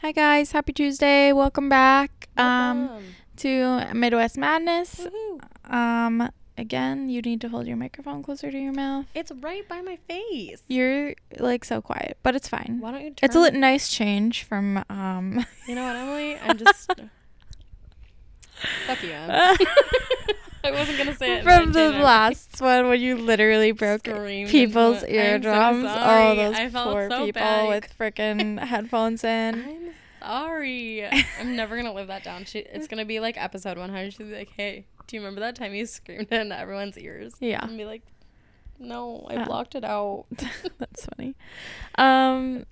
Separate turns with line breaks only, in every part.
Hi guys, happy Tuesday. Welcome back um to Midwest Madness.
Woohoo.
Um again, you need to hold your microphone closer to your mouth.
It's right by my face.
You're like so quiet, but it's fine.
Why don't you turn?
It's a li- nice change from um
You know what, Emily? I'm just- Fuck you, Em. I wasn't gonna say it, and I
From the
did it.
last one when you literally broke
Screamed
people's
into it. I'm
eardrums.
so
oh,
sorry.
those
I felt
poor
so
people
bad.
with freaking headphones in.
I'm sorry. I'm never gonna live that down. She, it's gonna be like episode 100. She'll be like, "Hey, do you remember that time you screamed into everyone's ears?"
Yeah.
And be like, "No, I
Uh.
blocked it out."
That's funny. Um.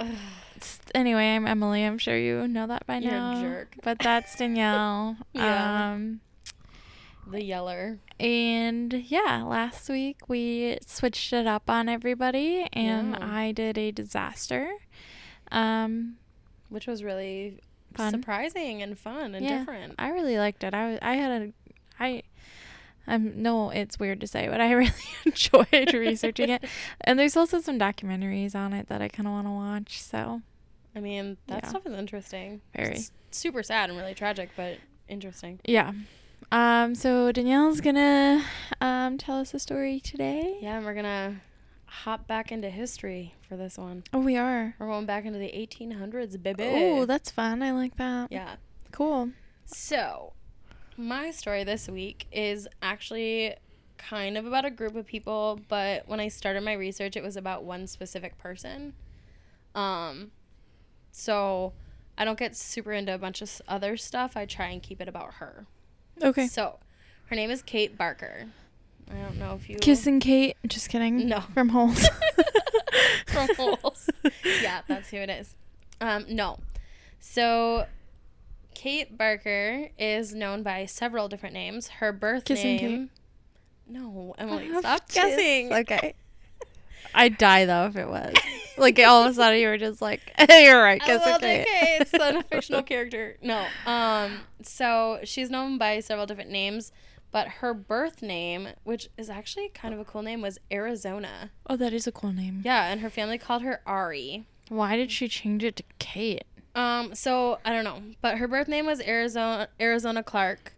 s- Anyway, I'm Emily. I'm sure you know that by
You're a
now.
jerk.
But that's Danielle.
Yeah.
Um.
The yeller.
And yeah, last week we switched it up on everybody, and
Yeah.
I did a disaster. Um.
which was really
Fun.
surprising and fun and different.
I really liked it. I was. I had a. I. I'm no. It's weird to say, but I really enjoyed researching it. And there's also some documentaries on it that I kind of want to watch. So
I mean, that
Yeah.
stuff is interesting.
Very.
It's super sad and really tragic, but interesting.
Yeah. Um, so Danielle's gonna um, tell us a story today.
Yeah, and we're gonna hop back into history for this one.
Oh, we are.
We're going back into the 1800s, baby.
Oh, that's fun. I like that.
yeah.
Cool.
So, my story this week is actually kind of about a group of people, but when I started my research, it was about one specific person. Um, so I don't get super into a bunch of s- other stuff. I try and keep it about her.
Okay.
So, her name is Kate Barker. I don't know if you
Kissing Kate. Just kidding.
No.
From Holes.
from Holes. yeah, that's who it is. Um, no. So Kate Barker is known by several different names. Her birth
Kissing Kate.
name. No, Emily,
Oh,
stop
jeez.
guessing.
Okay. I'd die though if it was. Like all of a sudden you were just like, hey, you're right,
I
kissing
love
Kate.
it. Okay, it's a fictional character. No. Um. So she's known by several different names, but her birth name, which is actually kind of a cool name, was Arizona.
Oh, that is a cool name.
Yeah, and her family called her Ari.
Why did she change it to Kate?
Um, so I don't know, but her birth name was Arizona Arizona Clark.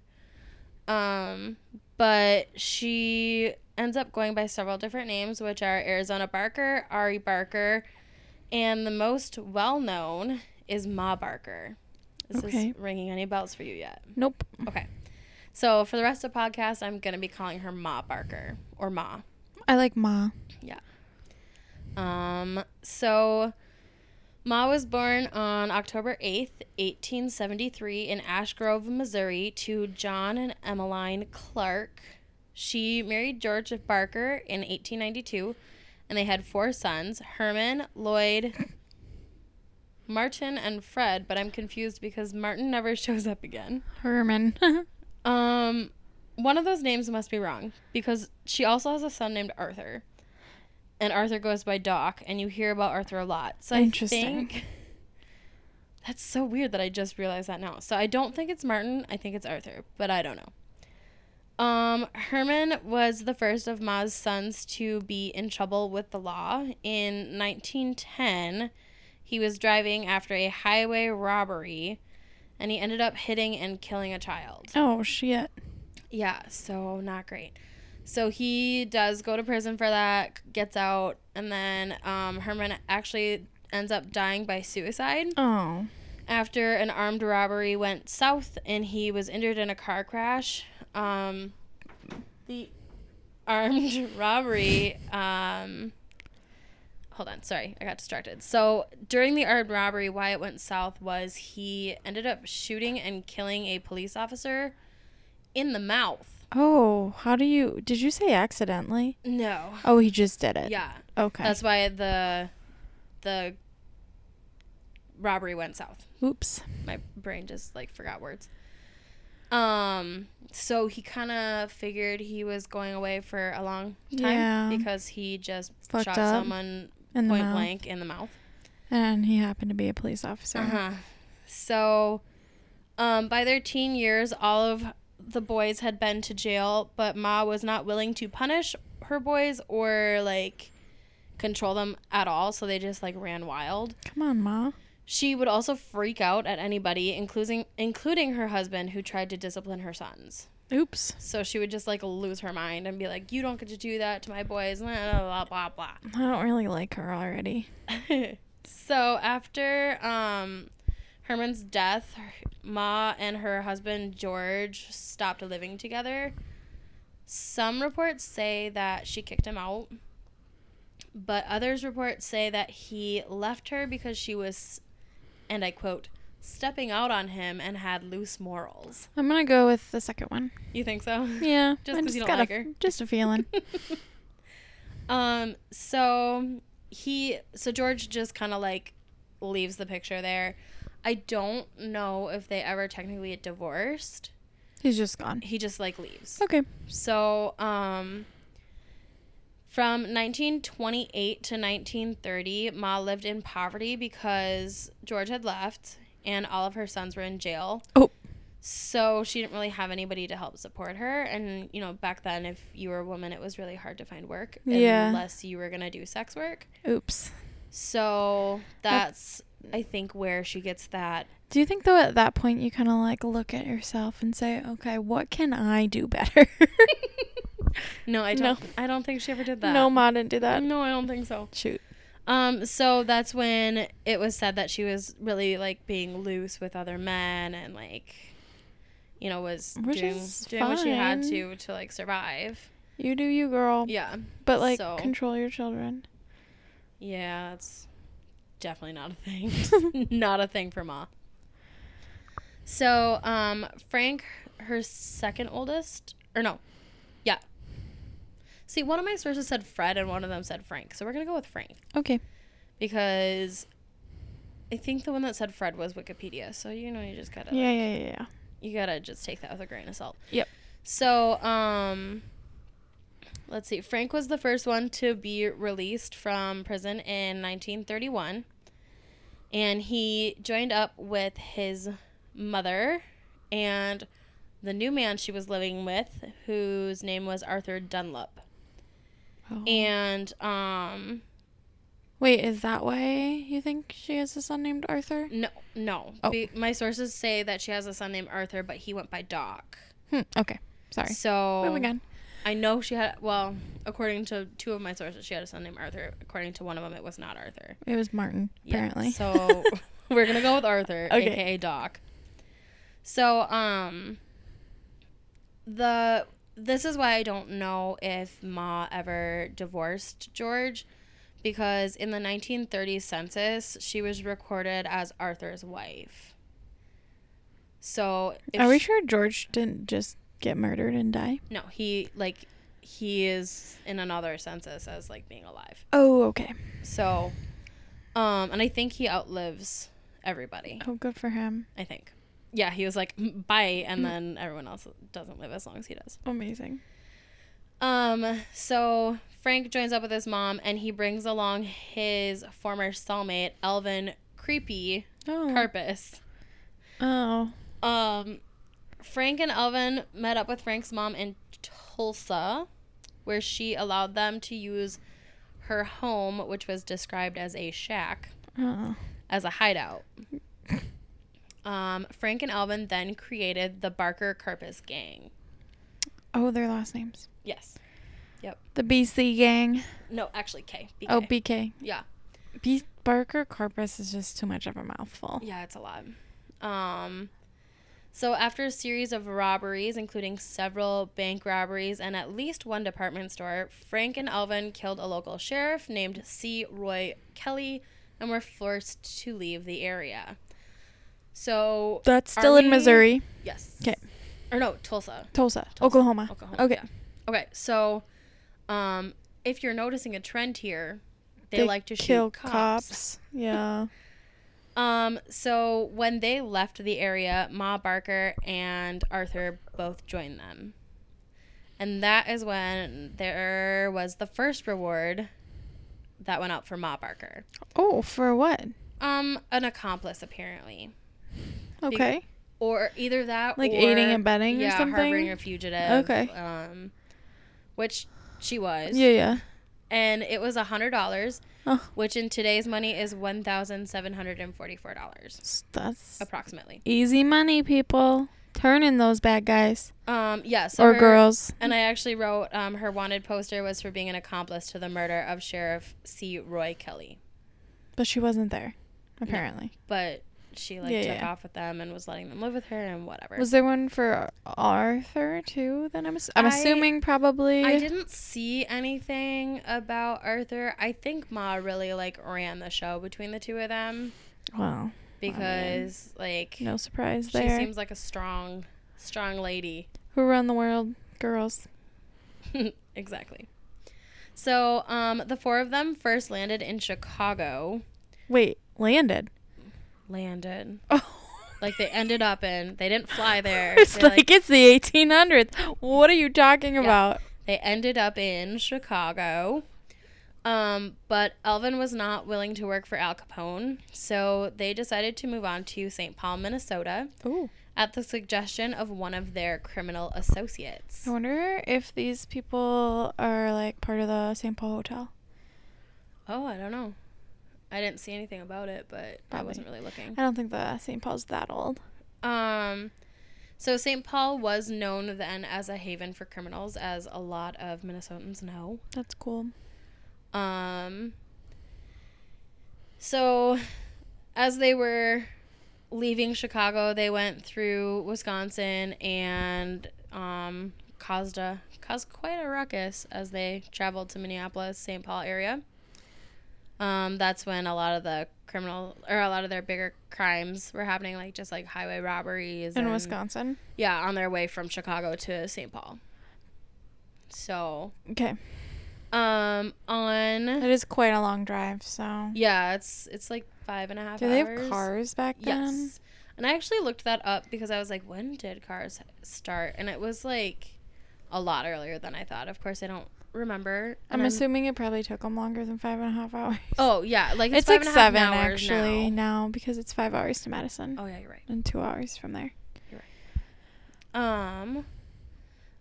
Um, but she ends up going by several different names, which are Arizona Barker, Ari Barker, and the most well known is Ma Barker. Is
Okay.
this ringing any bells for you yet?
Nope.
Okay. So for the rest of the podcast, I'm gonna be calling her Ma Barker or Ma.
I like Ma.
Um, so Ma was born on October 8th, 1873 in Ash Grove, Missouri to John and Emmeline Clark. She married George Barker in 1892 and they had four sons, Herman, Lloyd, Martin, and Fred, but I'm confused because Martin never shows up again.
Herman.
Um one of those names must be wrong because she also has a son named Arthur. And Arthur goes by Doc and you hear about Arthur a lot. So
Interesting.
I think That's so weird that I just realized that now. So I don't think it's Martin, I think it's Arthur, but I don't know. Um Herman was the first of Ma's sons to be in trouble with the law in 1910. He was driving after a highway robbery and he ended up hitting and killing a child.
oh shit.
Yeah, so not great. So he does go to prison for that, gets out, and then um, Herman actually ends up dying by suicide
Oh.
after an armed robbery went south and he was injured in a car crash. Um, the armed robbery. Um, hold on, sorry, I got distracted. So during the armed robbery, why it went south was he ended up shooting and killing a police officer in the mouth.
Oh, how do you did you say accidentally?
No.
Oh, he just did it.
Yeah.
Okay.
That's why the the robbery went south.
Oops.
My brain just like forgot words. Um so he kind of figured he was going away for a long time
Yeah.
because he just
Fucked
shot
up
someone
And
point blank in the mouth.
And he happened to be a police officer.
Uh-huh. So um by their teen years all of the boys had been to jail, but Ma was not willing to punish her boys or like control them at all, so they just like ran wild.
Come on, Ma.
She would also freak out at anybody, including including her husband, who tried to discipline her sons.
Oops.
So she would just like lose her mind and be like, "You don't get to do that to my boys." Blah blah blah blah.
I don't really like her already.
blah. so after um, Herman's death, her, Ma and her husband George stopped living together. Some reports say that she kicked him out, but others reports say that he left her because she was, and I quote, "stepping out on him and had loose morals."
I'm gonna go with the second one.
You think so?
Yeah.
Just
I
'cause you don't
got a-
like her.
Just a feeling.
Um, so he so George just kind of like leaves the picture there. I don't know if they ever technically get divorced.
He's just gone.
He just like leaves.
Okay.
So, um from 1928 to 1930, Ma lived in poverty because George had left and all of her sons were in jail.
Oh.
So she didn't really have anybody to help support her. And, you know, back then, if you were a woman, it was really hard to find work
Yeah.
unless you were going to do sex work.
Oops.
So that's, I think, where she gets that.
Do you think though at that point you kind of like look at yourself and say, okay, what can I do better?
No, I
No.
don't. I don't think she ever did that.
no, Ma didn't do that.
no, I don't think so.
Shoot.
Um, so that's when it was said that she was really like being loose with other men and like, you know, was
Which
doing,
is
doing what she had
fine.
to to like survive.
You do you, girl.
Yeah,
But like,
so-
control your children.
yeah, it's definitely not a thing. not a thing for Ma. So, um, Frank, her second oldest, or no, yeah. See, one of my sources said Fred, and one of them said Frank. So we're gonna go with Frank.
Okay.
because I think the one that said Fred was Wikipedia. So you know, you just gotta
Yeah, yeah, yeah, yeah.
you gotta just take that with a grain of salt.
Yep.
So um, let's see. Frank was the first one to be released from prison in 1931, and he joined up with his mother and the new man she was living with, whose name was Arthur Dunlop.
Oh.
And um,
Wait, is that why you think she has a son named Arthur?
No, no.
Oh.
Be- my sources say that she has a son named Arthur, but he went by Doc.
Hmm. Okay. Sorry.
So
Moving on.
I know she had. Well, according to two of my sources, she had a son named Arthur. According to one of them, it was not Arthur.
It was Martin, apparently.
Yeah, so we're gonna go with Arthur,
Okay.
aka Doc. So um, the this is why I don't know if Ma ever divorced George, because in the 1930 census, she was recorded as Arthur's wife. So if
Are we
she-
sure George didn't just get murdered and die?
no, he like he is in another census as like being alive.
Oh, okay.
So, um, and I think he outlives everybody.
Oh, good for him.
I think. Yeah, he was like, "Mm, bye, and then everyone else doesn't live as long as he does.
Amazing.
Um, so Frank joins up with his mom and he brings along his former cellmate, Elvin Creepy
Oh.
Carpus.
oh.
Um, Frank and Elvin met up with Frank's mom in Tulsa, where she allowed them to use her home, which was described as a shack,
Oh.
as a hideout. Um, Frank and Elvin then created the Barker Carpus Gang.
Oh, their last names.
Yes.
The BC gang.
No, actually, K. BK.
Oh, BK.
yeah.
B- Barker Corpus is just too much of a mouthful.
Yeah, it's a lot. Um, so after a series of robberies, including several bank robberies and at least one department store, Frank and Elvin killed a local sheriff named C. Roy Kelly and were forced to leave the area. So
That's
Are
still in
we-
Missouri.
yes.
'Kay.
Or no, Tulsa.
Tulsa, Oklahoma.
Oklahoma,
Okay.
yeah. Okay, so um, if you're noticing a trend here, they, like to shoot
kill
cops.
Yeah.
Um, so when they left the area, Ma Barker and Arthur both joined them. And that is when there was the first reward that went out for Ma Barker.
oh, for what?
Um, an accomplice apparently.
Okay.
Or either that
Like
or-
aiding and abetting or
yeah,
something?
harboring a fugitive.
Okay.
Um which she was.
yeah, yeah.
and it was a hundred dollars,
Oh.
which in today's money is one thousand seven hundred and forty-four dollars
S- That's
approximately.
easy money, people. Turn in those bad guys
Um, yeah, so
or
her-
girls.
And I actually wrote um, her wanted poster was for being an accomplice to the murder of Sheriff C. Roy Kelly,
But she wasn't there, apparently.
but she like
Yeah,
took
yeah.
off with them and was letting them live with her and whatever.
Was there one for Arthur too? Then I'm ass- I'm
I-
assuming probably.
I didn't see anything about Arthur. I think Ma really like ran the show between the two of them
Well,
because like
no surprise
she
there.
seems like a strong, strong lady.
Who run the world? Girls.
exactly. So um, the four of them first landed in Chicago.
Wait, landed.
Landed.
Oh.
Like they ended up in. They didn't fly there.
It's
they,
like, it's the 1800s. What are you talking about?
they ended up in Chicago. Um, but Elvin was not willing to work for Al Capone, so they decided to move on to St. Paul, Minnesota,
Ooh.
at the suggestion of one of their criminal associates.
I wonder if these people are like part of the St. Paul Hotel.
Oh, I don't know. I didn't see anything about it, but I
Probably.
wasn't really looking.
I don't think the St. Paul's that old.
Um, so St. Paul was known then as a haven for criminals, as a lot of Minnesotans know.
That's cool.
Um, so as they were leaving Chicago, they went through Wisconsin and um, caused a caused quite a ruckus as they traveled to Minneapolis, St. Paul area. Um, that's when a lot of the criminal or a lot of their bigger crimes were happening, like just like highway robberies
In
and-
Wisconsin.
Yeah, on their way from Chicago to St. Paul. So,
Okay.
um, on
It is quite a long drive, so.
Yeah, it's it's like five and a half.
Do they
hours.
have cars back then?
Yes. And I actually looked that up because I was like, when did cars start? And it was like a lot earlier than I thought. Of course, I don't remember.
I'm
And
assuming it probably took them longer than five and a half hours.
Oh yeah, like
it's
it's,
like
seven
seven actually
Now.
now. because it's five hours to Madison
Oh yeah, you're right.
and two hours from there.
Um,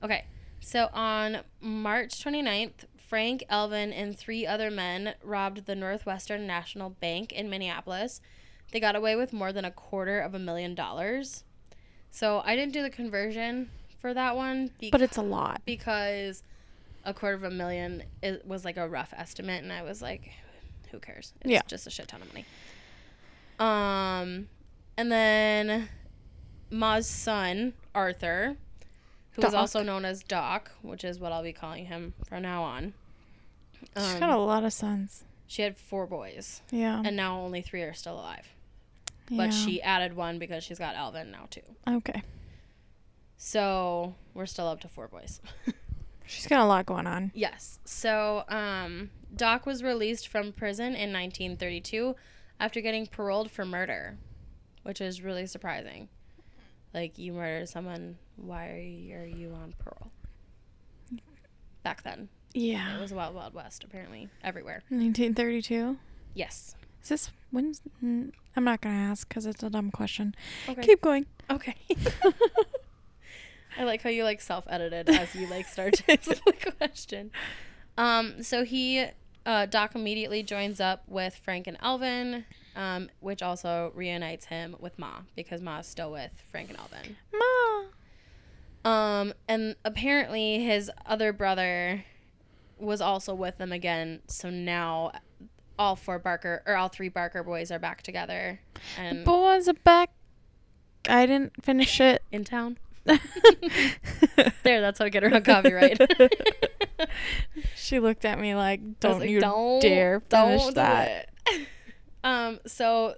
okay. So on March 29th, Frank Elvin and three other men robbed the Northwestern National Bank in Minneapolis. They got away with more than a quarter of a million dollars. So I didn't do the conversion for that one because,
But it's a lot.
because a quarter of a million is, was like a rough estimate, and I was like, who cares? It's
Yeah.
just a shit ton of money. Um, and then Ma's son, Arthur, who is
Doc.
also known as Doc, which is what I'll be calling him from now on.
She's
Um,
got a lot of sons.
she had four boys,
Yeah.
and now only three are still alive.
Mm. yeah.
But she added one because she's got Alvin now, too.
Okay.
So we're still up to four boys.
She's got a lot going on.
Yes. So, um, Doc was released from prison in 1932 after getting paroled for murder, which is really surprising. Like, you murdered someone, why are you, are you on parole? Back then, it
Yeah.
was Wild Wild West, apparently, everywhere.
1932.
Yes.
Is this when's mm, I'm not going to ask cuz it's a dumb question.
Okay.
Keep going.
okay. I like how you like self edited as you like start to answer the question. Um, so he, uh, Doc immediately joins up with Frank and Elvin, um, which also reunites him with Ma because Ma is still with Frank and Elvin.
Ma.
Um, and apparently his other brother was also with them again. So now all four Barker or all three Barker boys are back together and
Boys are back. I didn't finish it.
in town. There, that's how I get around copyright.
she looked at me like,
I was
"Don't
like,
you dare finish
don't do
that."
it." um, so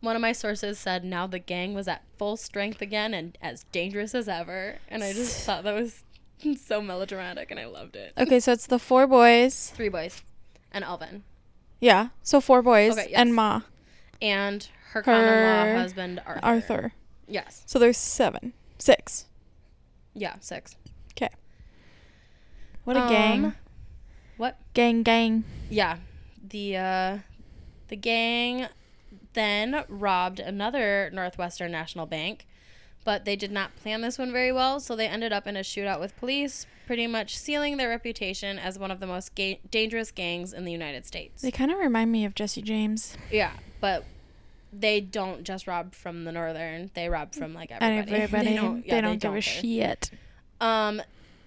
one of my sources said now the gang was at full strength again and as dangerous as ever, and I just thought that was so melodramatic, and I loved it.
Okay, so it's the four boys.
Three boys, and Elvin,
Yeah, so four boys
Okay, yes.
and Ma,
and her, common
Her-
law husband Arthur.
Arthur.
Yes.
So there's seven, six.
Yeah. Six.
Okay. What a gang,
Um, What?
gang, gang.
Yeah. The uh, the gang then robbed another Northwestern National Bank, but they did not plan this one very well, so they ended up in a shootout with police, pretty much sealing their reputation as one of the most ga- dangerous gangs in the United States.
They kind of remind me of Jesse James.
Yeah, but they don't just rob from the northern; they rob from like everybody.
Everybody, they
don't,
don't,
yeah,
give a
care.
shit.
Um,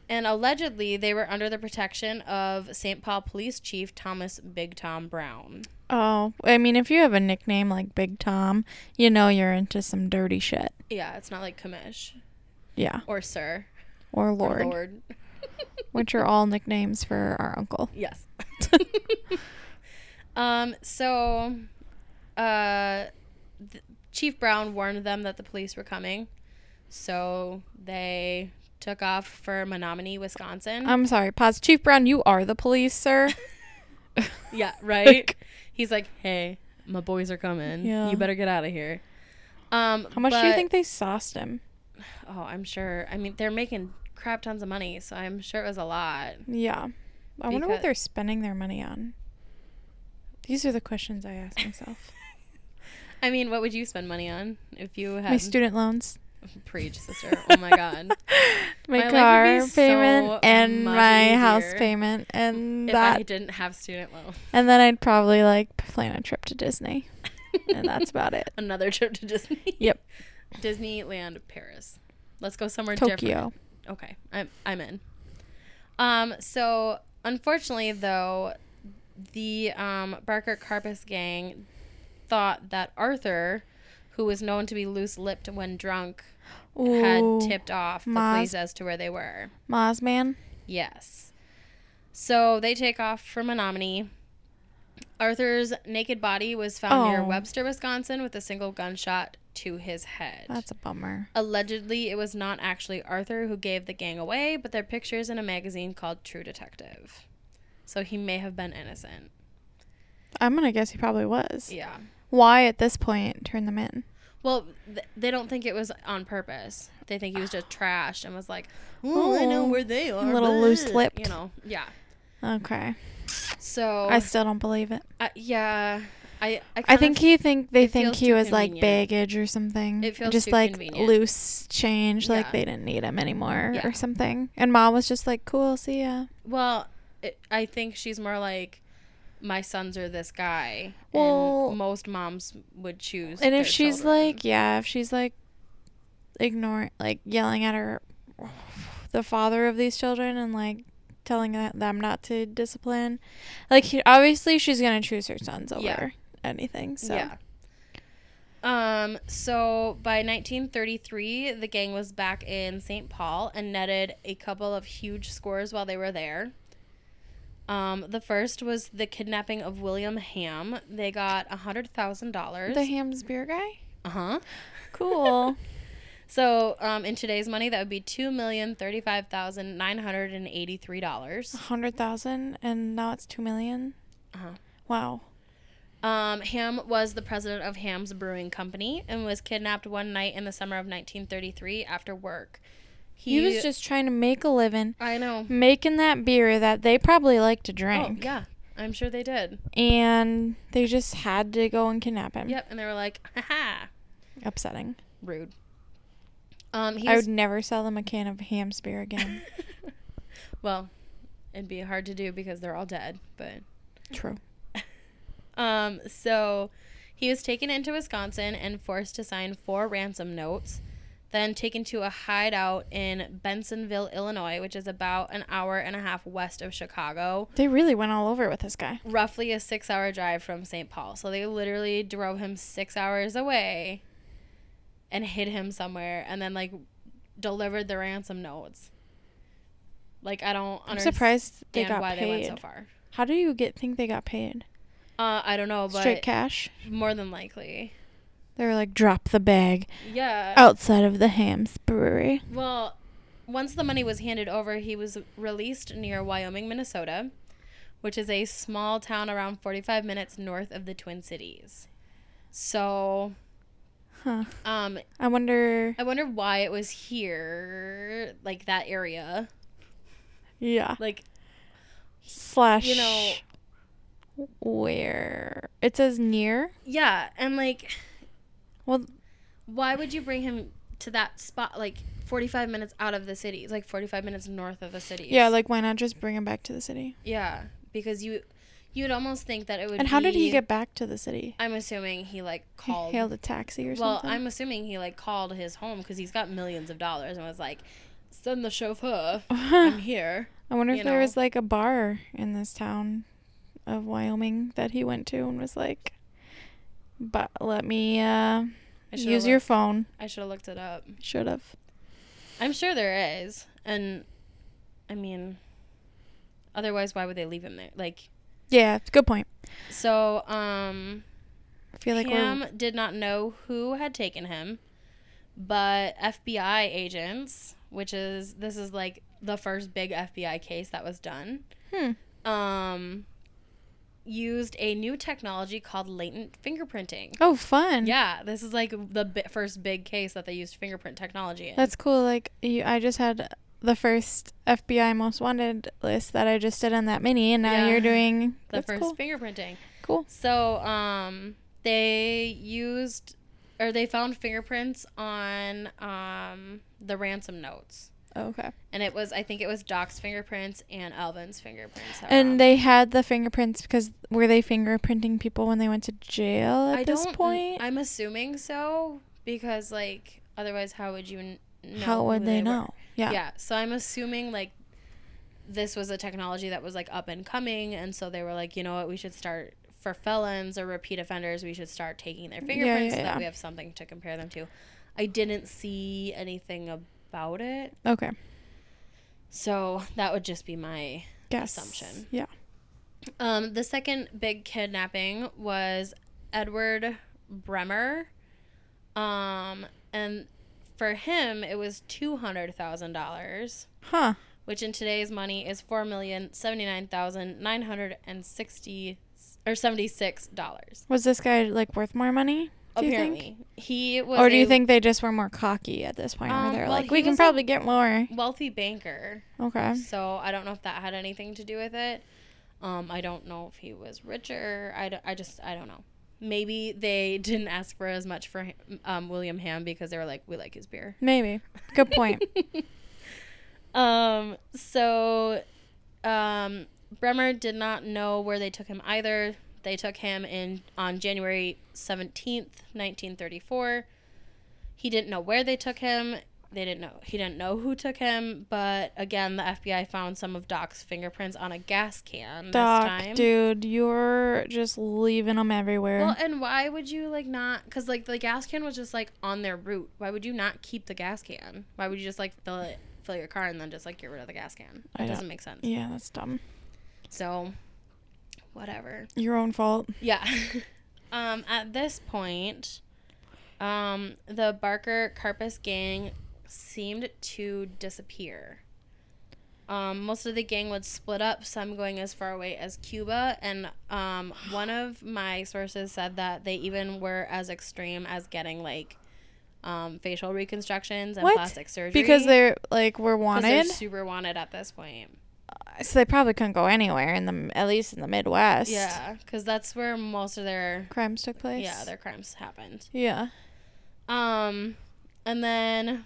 and allegedly they were under the protection of St. Paul Police Chief Thomas Big Tom Brown.
Oh, I mean, if you have a nickname like Big Tom, you know you're into some dirty shit.
Yeah, it's not like commish
Yeah,
or sir
or
or
Lord,
lord.
which are all nicknames for our uncle.
Yes. um, so uh, th- Chief Brown warned them that the police were coming. So they took off for Menominee, Wisconsin.
I'm sorry, pause. Chief Brown, you are the police, sir.
yeah, right? He's like, hey, my boys are coming.
Yeah.
You better get out of here. Um,
How much do you
but-
think they sauced him?
Oh, I'm sure. I mean, they're making crap tons of money, so I'm sure it was a lot.
Yeah. I wonder what
Because-
they're spending their money on. These are the questions I ask myself.
I mean, what would you spend money on if you had
My student loans,
preach, sister? Oh my god.
my,
My life would be
car payment,
so
and
much
my house
easier
payment, and
if
that,
I didn't have student loans.
and then I'd probably like plan a trip to Disney, and that's about it.
Another trip to Disney.
Yep,
Disneyland Paris. Let's go somewhere different.
Tokyo.
Okay, I'm I'm in. Um, so unfortunately though, the um Barker Carpus gang thought that Arthur, who was known to be loose lipped when drunk,
Ooh,
had tipped off the
Maz.
police as to where they were.
Moz man.
Yes. So they take off for Menominee. Arthur's naked body was found near
Oh.
Webster, Wisconsin, with a single gunshot to his head.
That's a bummer.
Allegedly, it was not actually Arthur who gave the gang away, but their pictures in a magazine called True Detective. So he may have been innocent.
I'm gonna guess he probably was.
Yeah.
Why at this point turn them in?
Well, th- they don't think it was on purpose. They think he was just trashed and was like, "Oh, I know
Oh,
where they are."
little
but,"
loose-lipped.
You know, yeah.
Okay,
So
I still don't believe it.
Uh, yeah, I I,
I
kind
think
of-
he think they
it
think
feels
he
too
was like
convenient.
baggage or something.
It feels
just
too
like
convenient.
loose change, like
Yeah.
they didn't need him anymore
Yeah.
or something. And mom was just like, "Cool, see ya."
well, it, I think she's more like my sons are this guy.
Well-
and most moms would choose.
And
their
if she's
children.
like, yeah, if she's like ignoring, like yelling at her, the father of these children, and like telling that- them not to discipline, like he, obviously she's gonna choose her sons over
Yeah.
anything. So
yeah. Um. So by 1933, the gang was back in St. Paul and netted a couple of huge scores while they were there. Um, the first was the kidnapping of William Ham. They got a hundred thousand dollars.
the Hams beer guy,
Uh huh.
cool.
So, um, in today's money, that would be two million thirty-five thousand nine hundred and eighty-three dollars.
A hundred thousand, and now it's two million.
Uh-huh.
Wow.
Um, Ham was the president of Ham's Brewing Company and was kidnapped one night in the summer of 1933 after work.
He, was just trying to make a living,
I know.
making that beer that they probably like to
Oh,
drink,
yeah. I'm sure they did.
and they just had to go and kidnap him.
Yep. And they were like, haha.
Upsetting.
Rude. Um, he
I
was-
would never sell them a can of ham spear again.
well, it'd be hard to do because they're all dead, but.
True.
Um, so he was taken into Wisconsin and forced to sign four ransom notes, then taken to a hideout in Bensonville, Illinois, which is about an hour and a half west of Chicago,
They really went all over with this guy.
roughly a six hour drive from St. Paul. So they literally drove him six hours away and hid him somewhere and then, like, delivered the ransom notes. Like, I don't
I'm
understand
surprised they got
why
paid.
they went so far.
How do you get think they got paid?
Uh, I don't know,
Straight
but
cash?
more than likely.
They were like, drop the bag
Yeah.
outside of the Ham's brewery.
Well, once the money was handed over, he was released near Wyoming, Minnesota, which is a small town around 45 minutes north of the Twin Cities. So,
Huh.
um,
I wonder.
I wonder why it was here, like that area.
Yeah.
Like,
Slash.
you know-
Where it says near.
yeah, and like,
Well,
why would you bring him to that spot like 45 minutes out of the city. It's like 45 minutes north of the city.
Yeah, like why not just bring him back to the city?
yeah, because you you would almost think that it would
And how did he
be-
get back to the city?
I'm assuming he like
He
called
hailed a taxi or
Well,
something.
I'm assuming he like called his home cuz he's got millions of dollars and was like send the chauffeur. I'm here.
I wonder if
you
there
know.
was like a bar in this town of Wyoming that he went to and was like, "But let me uh,
I
use
should've
your
looked-
phone."
I should have looked it up.
Should have.
I'm sure there is. And I mean otherwise why would they leave him there? Like
Yeah, it's a good point.
so um
I feel like
Pam
we're
did not know who had taken him, but FBI agents, which is this is like the first big FBI case that was done,
hmm.
um, used a new technology called latent fingerprinting.
Oh, fun.
Yeah, this is like the bi- first big case that they used fingerprint technology in.
That's cool. Like you, I just had the first FBI most wanted list that I just did on that mini, and now
Yeah.
you're doing
the
that's
first
cool.
fingerprinting.
cool.
So, um, they used or they found fingerprints on um, the ransom notes.
Okay.
And it was, I think it was Doc's fingerprints and Alvin's fingerprints. that were on
And they had the fingerprints because were they fingerprinting people when they went to jail
there.
at this point?
I'm assuming so because, like, otherwise, how would you n- know?
How would
who
they,
were?
know? Yeah.
Yeah. So I'm assuming like this was a technology that was like up and coming, and so they were like, you know what, we should start for felons or repeat offenders, we should start taking their fingerprints so
yeah,
that
yeah.
we have something to compare them to. I didn't see anything about it,
Okay.
so that would just be my
Guess.
Assumption.
Yeah.
Um, the second big kidnapping was Edward Bremer. Um, and for him, it was two hundred thousand dollars,
Huh.
which in today's money is four million seventy nine thousand nine hundred and sixty or seventy six dollars.
Was this guy like worth more money? Do you think?
Apparently, he was.
Or do you
a
think they just were more cocky at this point? where
Um,
they're
well,
like,
he
we can
was a-
probably get more.
wealthy banker?
Okay.
So I don't know if that had anything to do with it. Um, I don't know if he was richer. I, d- I just I don't know. Maybe they didn't ask for as much for him- um, William Ham because they were like we like his beer.
Maybe. Good point.
Um, so um, Bremer did not know where they took him either. They took him in on January seventeenth, nineteen thirty four. He didn't know where they took him. They didn't know he didn't know who took him. But again, the FBI found some of Doc's fingerprints on a gas can this
Doc,
time.
dude, you're just leaving them everywhere.
Well, and why would you like not? Because like the gas can was just like on their route. Why would you not keep the gas can? Why would you just like fill it, fill your car, and then just like get rid of the gas can?
I
It
don't-
doesn't make sense.
yeah, that's dumb.
So, whatever.
Your own fault.
Yeah. um, at this point, um, the Barker Carpus gang seemed to disappear. Um, most of the gang would split up, some going as far away as Cuba, and um, one of my sources said that they even were as extreme as getting like um, facial reconstructions and
What?
plastic surgery
Because they're like were
'cause they're
wanted,
super wanted at this point.
so they probably couldn't go anywhere in the at least in the Midwest.
Yeah, because that's where most of their
crimes took place.
yeah their crimes happened.
yeah.
Um, and then,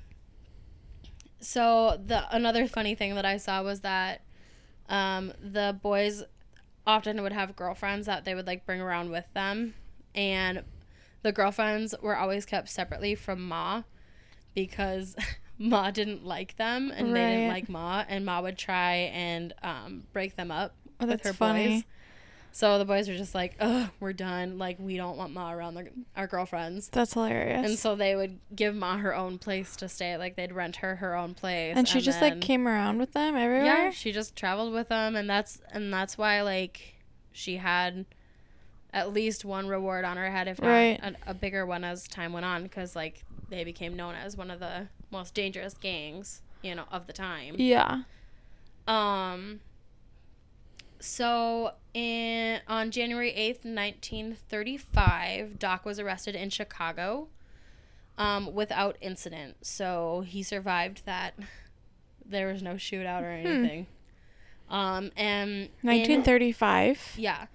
so the another funny thing that I saw was that, um, the boys often would have girlfriends that they would like bring around with them, and the girlfriends were always kept separately from Ma, because Ma didn't like them and they didn't
Right.
like Ma, and Ma would try and um break them up
Oh,
with
that's
her boys.
funny.
So the boys were just like, "Ugh, we're done. Like we don't want Ma around the, our girlfriends."
That's hilarious.
And so they would give Ma her own place to stay. Like they'd rent her her own place.
and she just
then-
like came around with them everywhere.
Yeah, she just traveled with them, and that's and that's why like she had at least one reward on her head, if not
Right.
a, a bigger one as time went on, because like they became known as one of the most dangerous gangs, you know, of the time.
Yeah.
Um. So, in, on January 8th, 1935, Doc was arrested in Chicago um, without incident. So, he survived that. There was no shootout
Hmm.
or anything. Um, and. in-
1935.
yeah, Oh.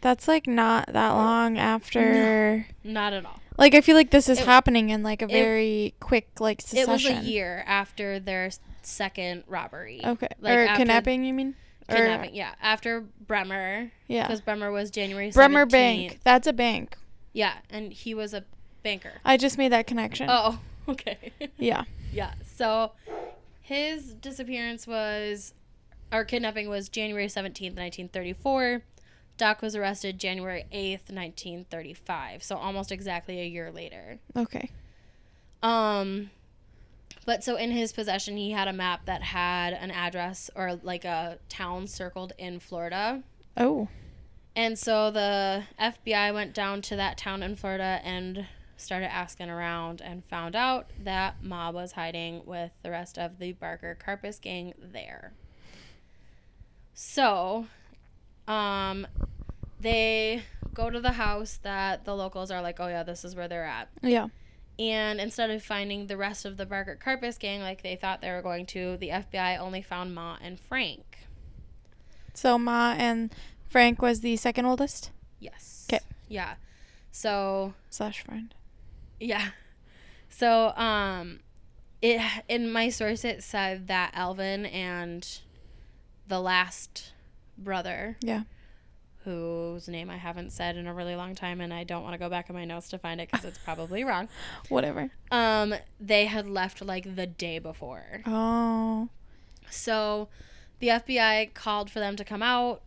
That's like not that long after
not at all.
Like I feel like this is
It-
happening in like a
it-
very quick like
It
succession.
was a year after their s- second robbery.
Okay.
Like,
or
after-
kidnapping, you mean?
Kidnapping, yeah. After Bremer,
Or, yeah.
because Bremer was January.
Bremer
17th.
Bank. That's a bank.
Yeah, and he was a banker.
I just made that connection.
Oh, okay.
Yeah.
yeah. So his disappearance was, or kidnapping was January seventeenth, nineteen thirty-four. Doc was arrested January eighth, nineteen thirty-five. So almost exactly a year later.
Okay.
Um, but so in his possession, he had a map that had an address or like a town circled in Florida.
Oh.
And so the FBI went down to that town in Florida and started asking around and found out that Ma was hiding with the rest of the Barker Carpus gang there. So, um, they go to the house that the locals are like, oh yeah, this is where they're at.
Yeah.
And instead of finding the rest of the Barker Carpus gang like they thought they were going to, the FBI only found Ma and Frank.
So Ma and Frank was the second oldest
Yes.
'Kay.
Yeah. So,
slash friend.
yeah. So, um it in my source it said that Alvin and the last brother
Yeah.
whose name I haven't said in a really long time and I don't want to go back in my notes to find it cuz it's probably wrong.
Whatever.
Um they had left like the day before.
Oh.
So the FBI called for them to come out,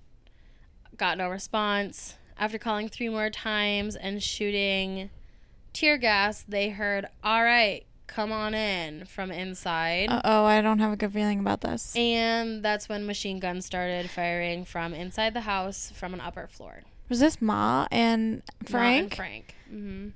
got no response. After calling three more times and shooting tear gas, they heard, All right, come on in from inside.
Uh oh. I don't have a good feeling about this.
and that's when machine guns started firing from inside the house from an upper floor.
Was this Ma and
Ma and
Frank?
Frank. hmm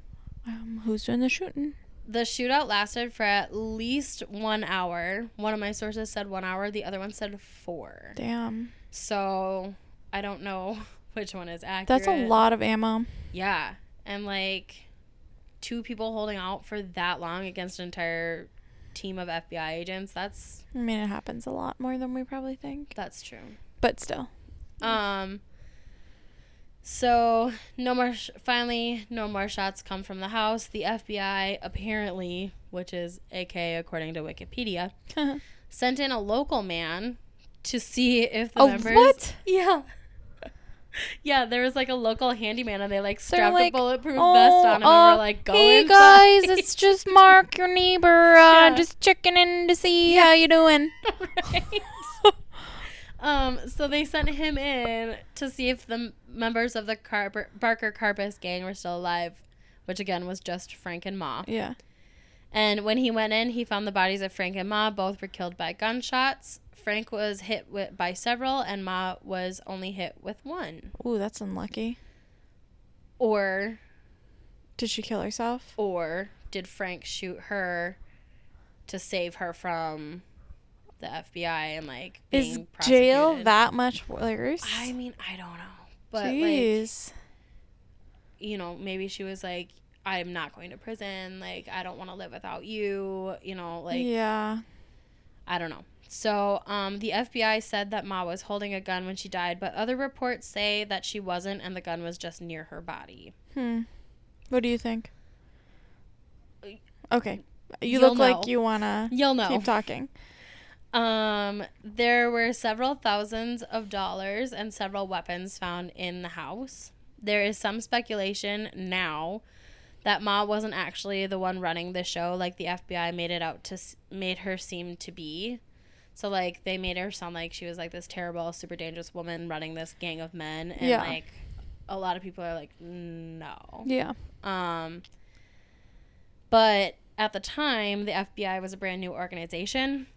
Um, who's doing the shooting?
The shootout lasted for at least one hour. One of my sources said one hour, the other one said four.
Damn.
So I don't know which one is accurate.
That's a lot of ammo.
Yeah. And like two people holding out for that long against an entire team of FBI agents. That's
I mean, it happens a lot more than we probably think.
that's true.
But still.
Um so no more sh- finally no more shots come from the house. The FBI apparently, which is AK according to Wikipedia,
a
sent in a local man to see if the members
Oh, what?
Yeah. Yeah, there was like a local handyman, and they like strapped
like,
a bulletproof
Oh,
vest on him, and
uh,
were like, "Go
hey
inside."
guys, it's just Mark, your neighbor. Uh,
Yeah.
Just checking in to see how you doing.
Right. um, so they sent him in to see if the m- members of the Carper- Barker Carpus gang were still alive, which again was just Frank and Ma.
Yeah.
And when he went in, he found the bodies of Frank and Ma. Both were killed by gunshots. Frank was hit wi by several, and Ma was only hit with one.
Ooh, that's unlucky.
Or,
Did she kill herself?
or did Frank shoot her to save her from the FBI and like
Is
being
jail
prosecuted?
that much worse?
I mean, I don't know. But like,
Jeez.
you know, maybe she was like, I'm not going to prison. Like, I don't want to live without you. You know, like,
yeah.
I don't know. So, um, the FBI said that Ma was holding a gun when she died, but other reports say that she wasn't and the gun was just near her body.
Hmm. What do you think? Okay. You
You'll
look
know.
like you wanna
You'll know.
keep talking.
Um, there were several thousands of dollars and several weapons found in the house. There is some speculation now that Ma wasn't actually the one running the show, like the FBI made it out to s- made her seem to be. So like they made her sound like she was like this terrible, super dangerous woman running this gang of men, and
Yeah.
like a lot of people are like, no.
Yeah.
Um, but at the time, the FBI was a brand new organization,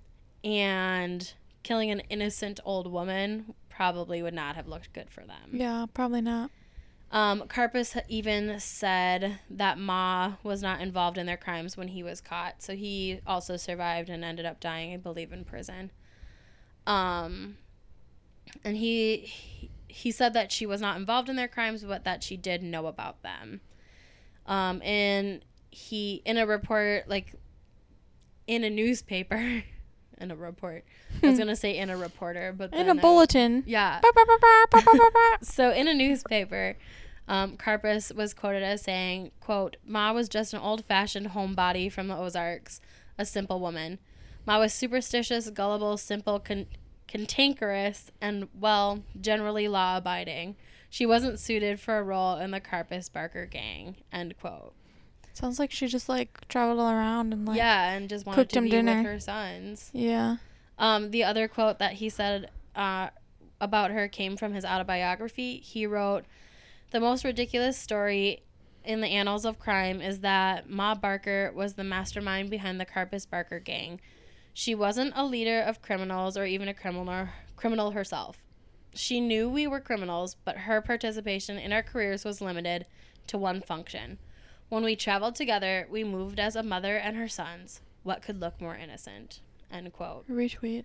and killing an innocent old woman probably would not have looked good for them.
Yeah. Probably not.
Um, Carpus even said that Ma was not involved in their crimes when he was caught, so he also survived and ended up dying, I believe, in prison. Um, and he he- he said that she was not involved in their crimes, but that she did know about them. Um, and he in a report like in a newspaper, in a report. I was gonna say in a reporter, but
Hmm. In
then
a
I-
bulletin.
yeah.
Ba, ba, ba, ba, ba, ba, ba.
So in a newspaper, Um, Karpus was quoted as saying, quote, Ma was just an old-fashioned homebody from the Ozarks, a simple woman. Ma was superstitious, gullible, simple, con- cantankerous, and, well, generally law-abiding. She wasn't suited for a role in the Karpus Barker gang, end quote.
Sounds like she just like traveled all around and like
yeah, and just wanted
cooked
to
him
be
dinner.
with her sons.
yeah.
Um, the other quote that he said uh, about her came from his autobiography. He wrote, "The most ridiculous story in the annals of crime is that Ma Barker was the mastermind behind the Carpus Barker gang. She wasn't a leader of criminals or even a criminal criminal herself. She knew we were criminals, but her participation in our careers was limited to one function. When we traveled together, we moved as a mother and her sons. What could look more innocent?" End quote.
Retweet.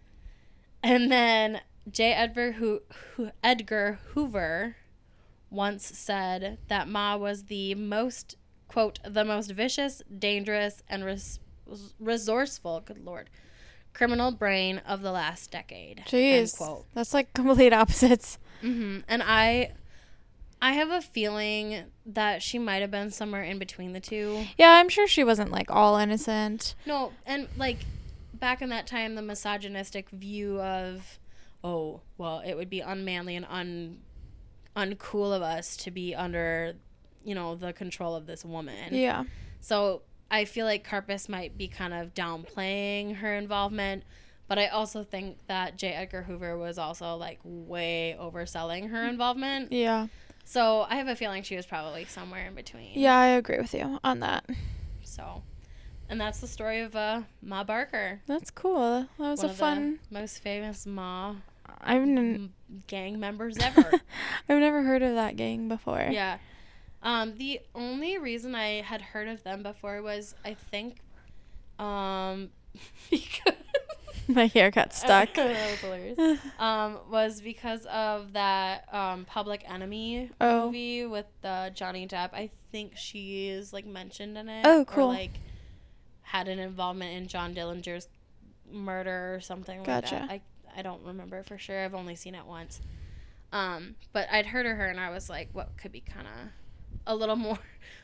And then J. Edgar, Ho- Ho- Edgar Hoover once said that Ma was the most, quote, the most vicious, dangerous, and res- resourceful, good lord, criminal brain of the last decade. end
Jeez.
quote.
That's like complete opposites.
hmm And I. I have a feeling that she might have been somewhere in between the two.
Yeah, I'm sure she wasn't like all innocent.
No, and like back in that time, the misogynistic view of, oh, well, it would be unmanly and un, uncool of us to be under, you know, the control of this woman.
Yeah.
So I feel like Carpus might be kind of downplaying her involvement, but I also think that J. Edgar Hoover was also like way overselling her involvement.
Mm-hmm. Yeah.
So I have a feeling she was probably somewhere in between.
Yeah, I agree with you on that.
So, and that's the story of uh, Ma Barker.
That's cool. That was
One
a
of
fun. Mm.
the most famous Ma
I've n-
m- gang members ever.
I've never heard of that gang before.
yeah. Um, the only reason I had heard of them before was I think um because
My hair got stuck.
that was hilarious. Um, was because of that um Public Enemy
Oh.
movie with uh, Johnny Depp. I think she is like mentioned in it.
Oh,
or,
cool.
like had an involvement in John Dillinger's murder or something like
Gotcha.
that. I I don't remember for sure. I've only seen it once. Um, but I'd heard of her and I was like, what could be kind of a little more,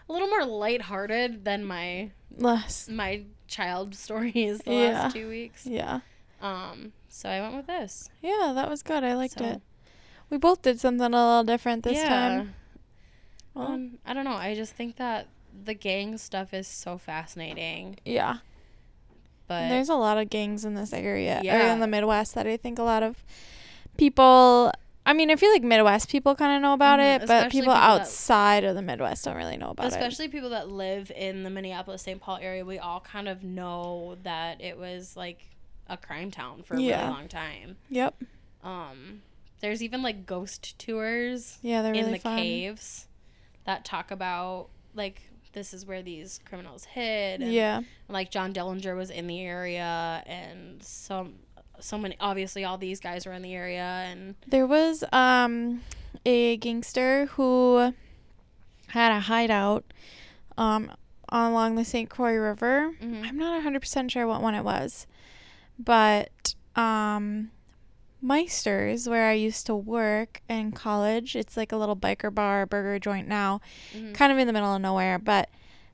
a little more lighthearted than my
Less.
my child stories the
Yeah.
last two weeks.
Yeah.
Um, so I went with this.
Yeah, that was good. I liked
So-
it. We both did something a little different this
Yeah.
time. Well,
Um, I don't know. I just think that the gang stuff is so fascinating,
yeah.
but
And There's a lot of gangs in this area or
Yeah.
in the Midwest that I think a lot of people. I mean, I feel like Midwest people kind of know about
Mhm,
it, but
especially
people
people that-
outside of the Midwest don't really know about
especially people that live in the Minneapolis St. Paul area, we all kind of know that it was like a crime town for a
Yeah.
really long time.
it. Yep.
Um, there's even like ghost tours
Yeah, they're
in
really
the
fun.
caves that talk about like this is where these criminals hid. And,
Yeah.
like John Dillinger was in the area, and some so many obviously all these guys were in the area, and
There was um a gangster who had a hideout um along the St. Croix River.
Mhm.
I'm not 100% sure what one it was. But um Meister's where I used to work in college. It's like a little biker bar burger joint now,
Mhm.
kind of in the middle of nowhere, but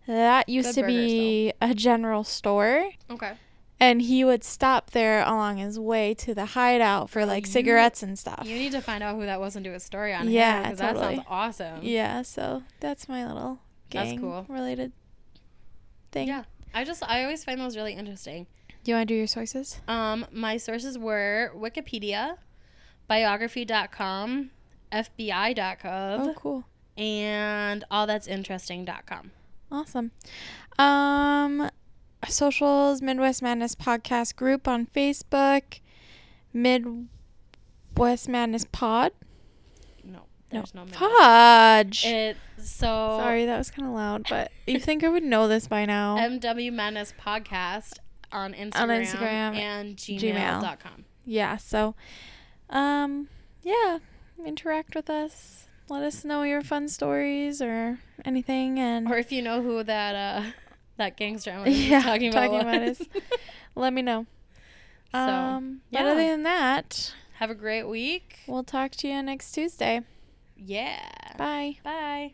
that used to
Good burgers,
be a general store
okay,
and he would stop there along his way to the hideout for
Girl,
like
you-
cigarettes and stuff.
you need to find out who that was and do a story on.
Yeah,
Yeah, that
totally.
sounds awesome.
Yeah, so that's my little
That's
gang
cool.
related thing.
Yeah. I just I always find those really interesting.
Do you want to do your sources?
Um, my sources were Wikipedia, biography.com, FBI.gov,
Oh, cool.
and allthat'sinteresting.com.
Awesome. Um, socials Midwest Madness podcast group on Facebook, Midwest Madness Pod.
No, there's no, Eh, oh. minutes.
Podge.
It so
Sorry, that was kind of loud, but you think I would know this by now.
MW Madness podcast on Instagram,
Instagram,
and
Gmail.
gmail.com.
yeah, so, um, yeah, interact with us. Let us know your fun stories or anything, and
Or if you know who that uh that gangster Emily was
Yeah,
talking about,
talking about
was.
is- let me know.
So,
um, but
yeah.
other than that,
Have a great week.
we'll talk to you next Tuesday.
Yeah.
Bye.
Bye.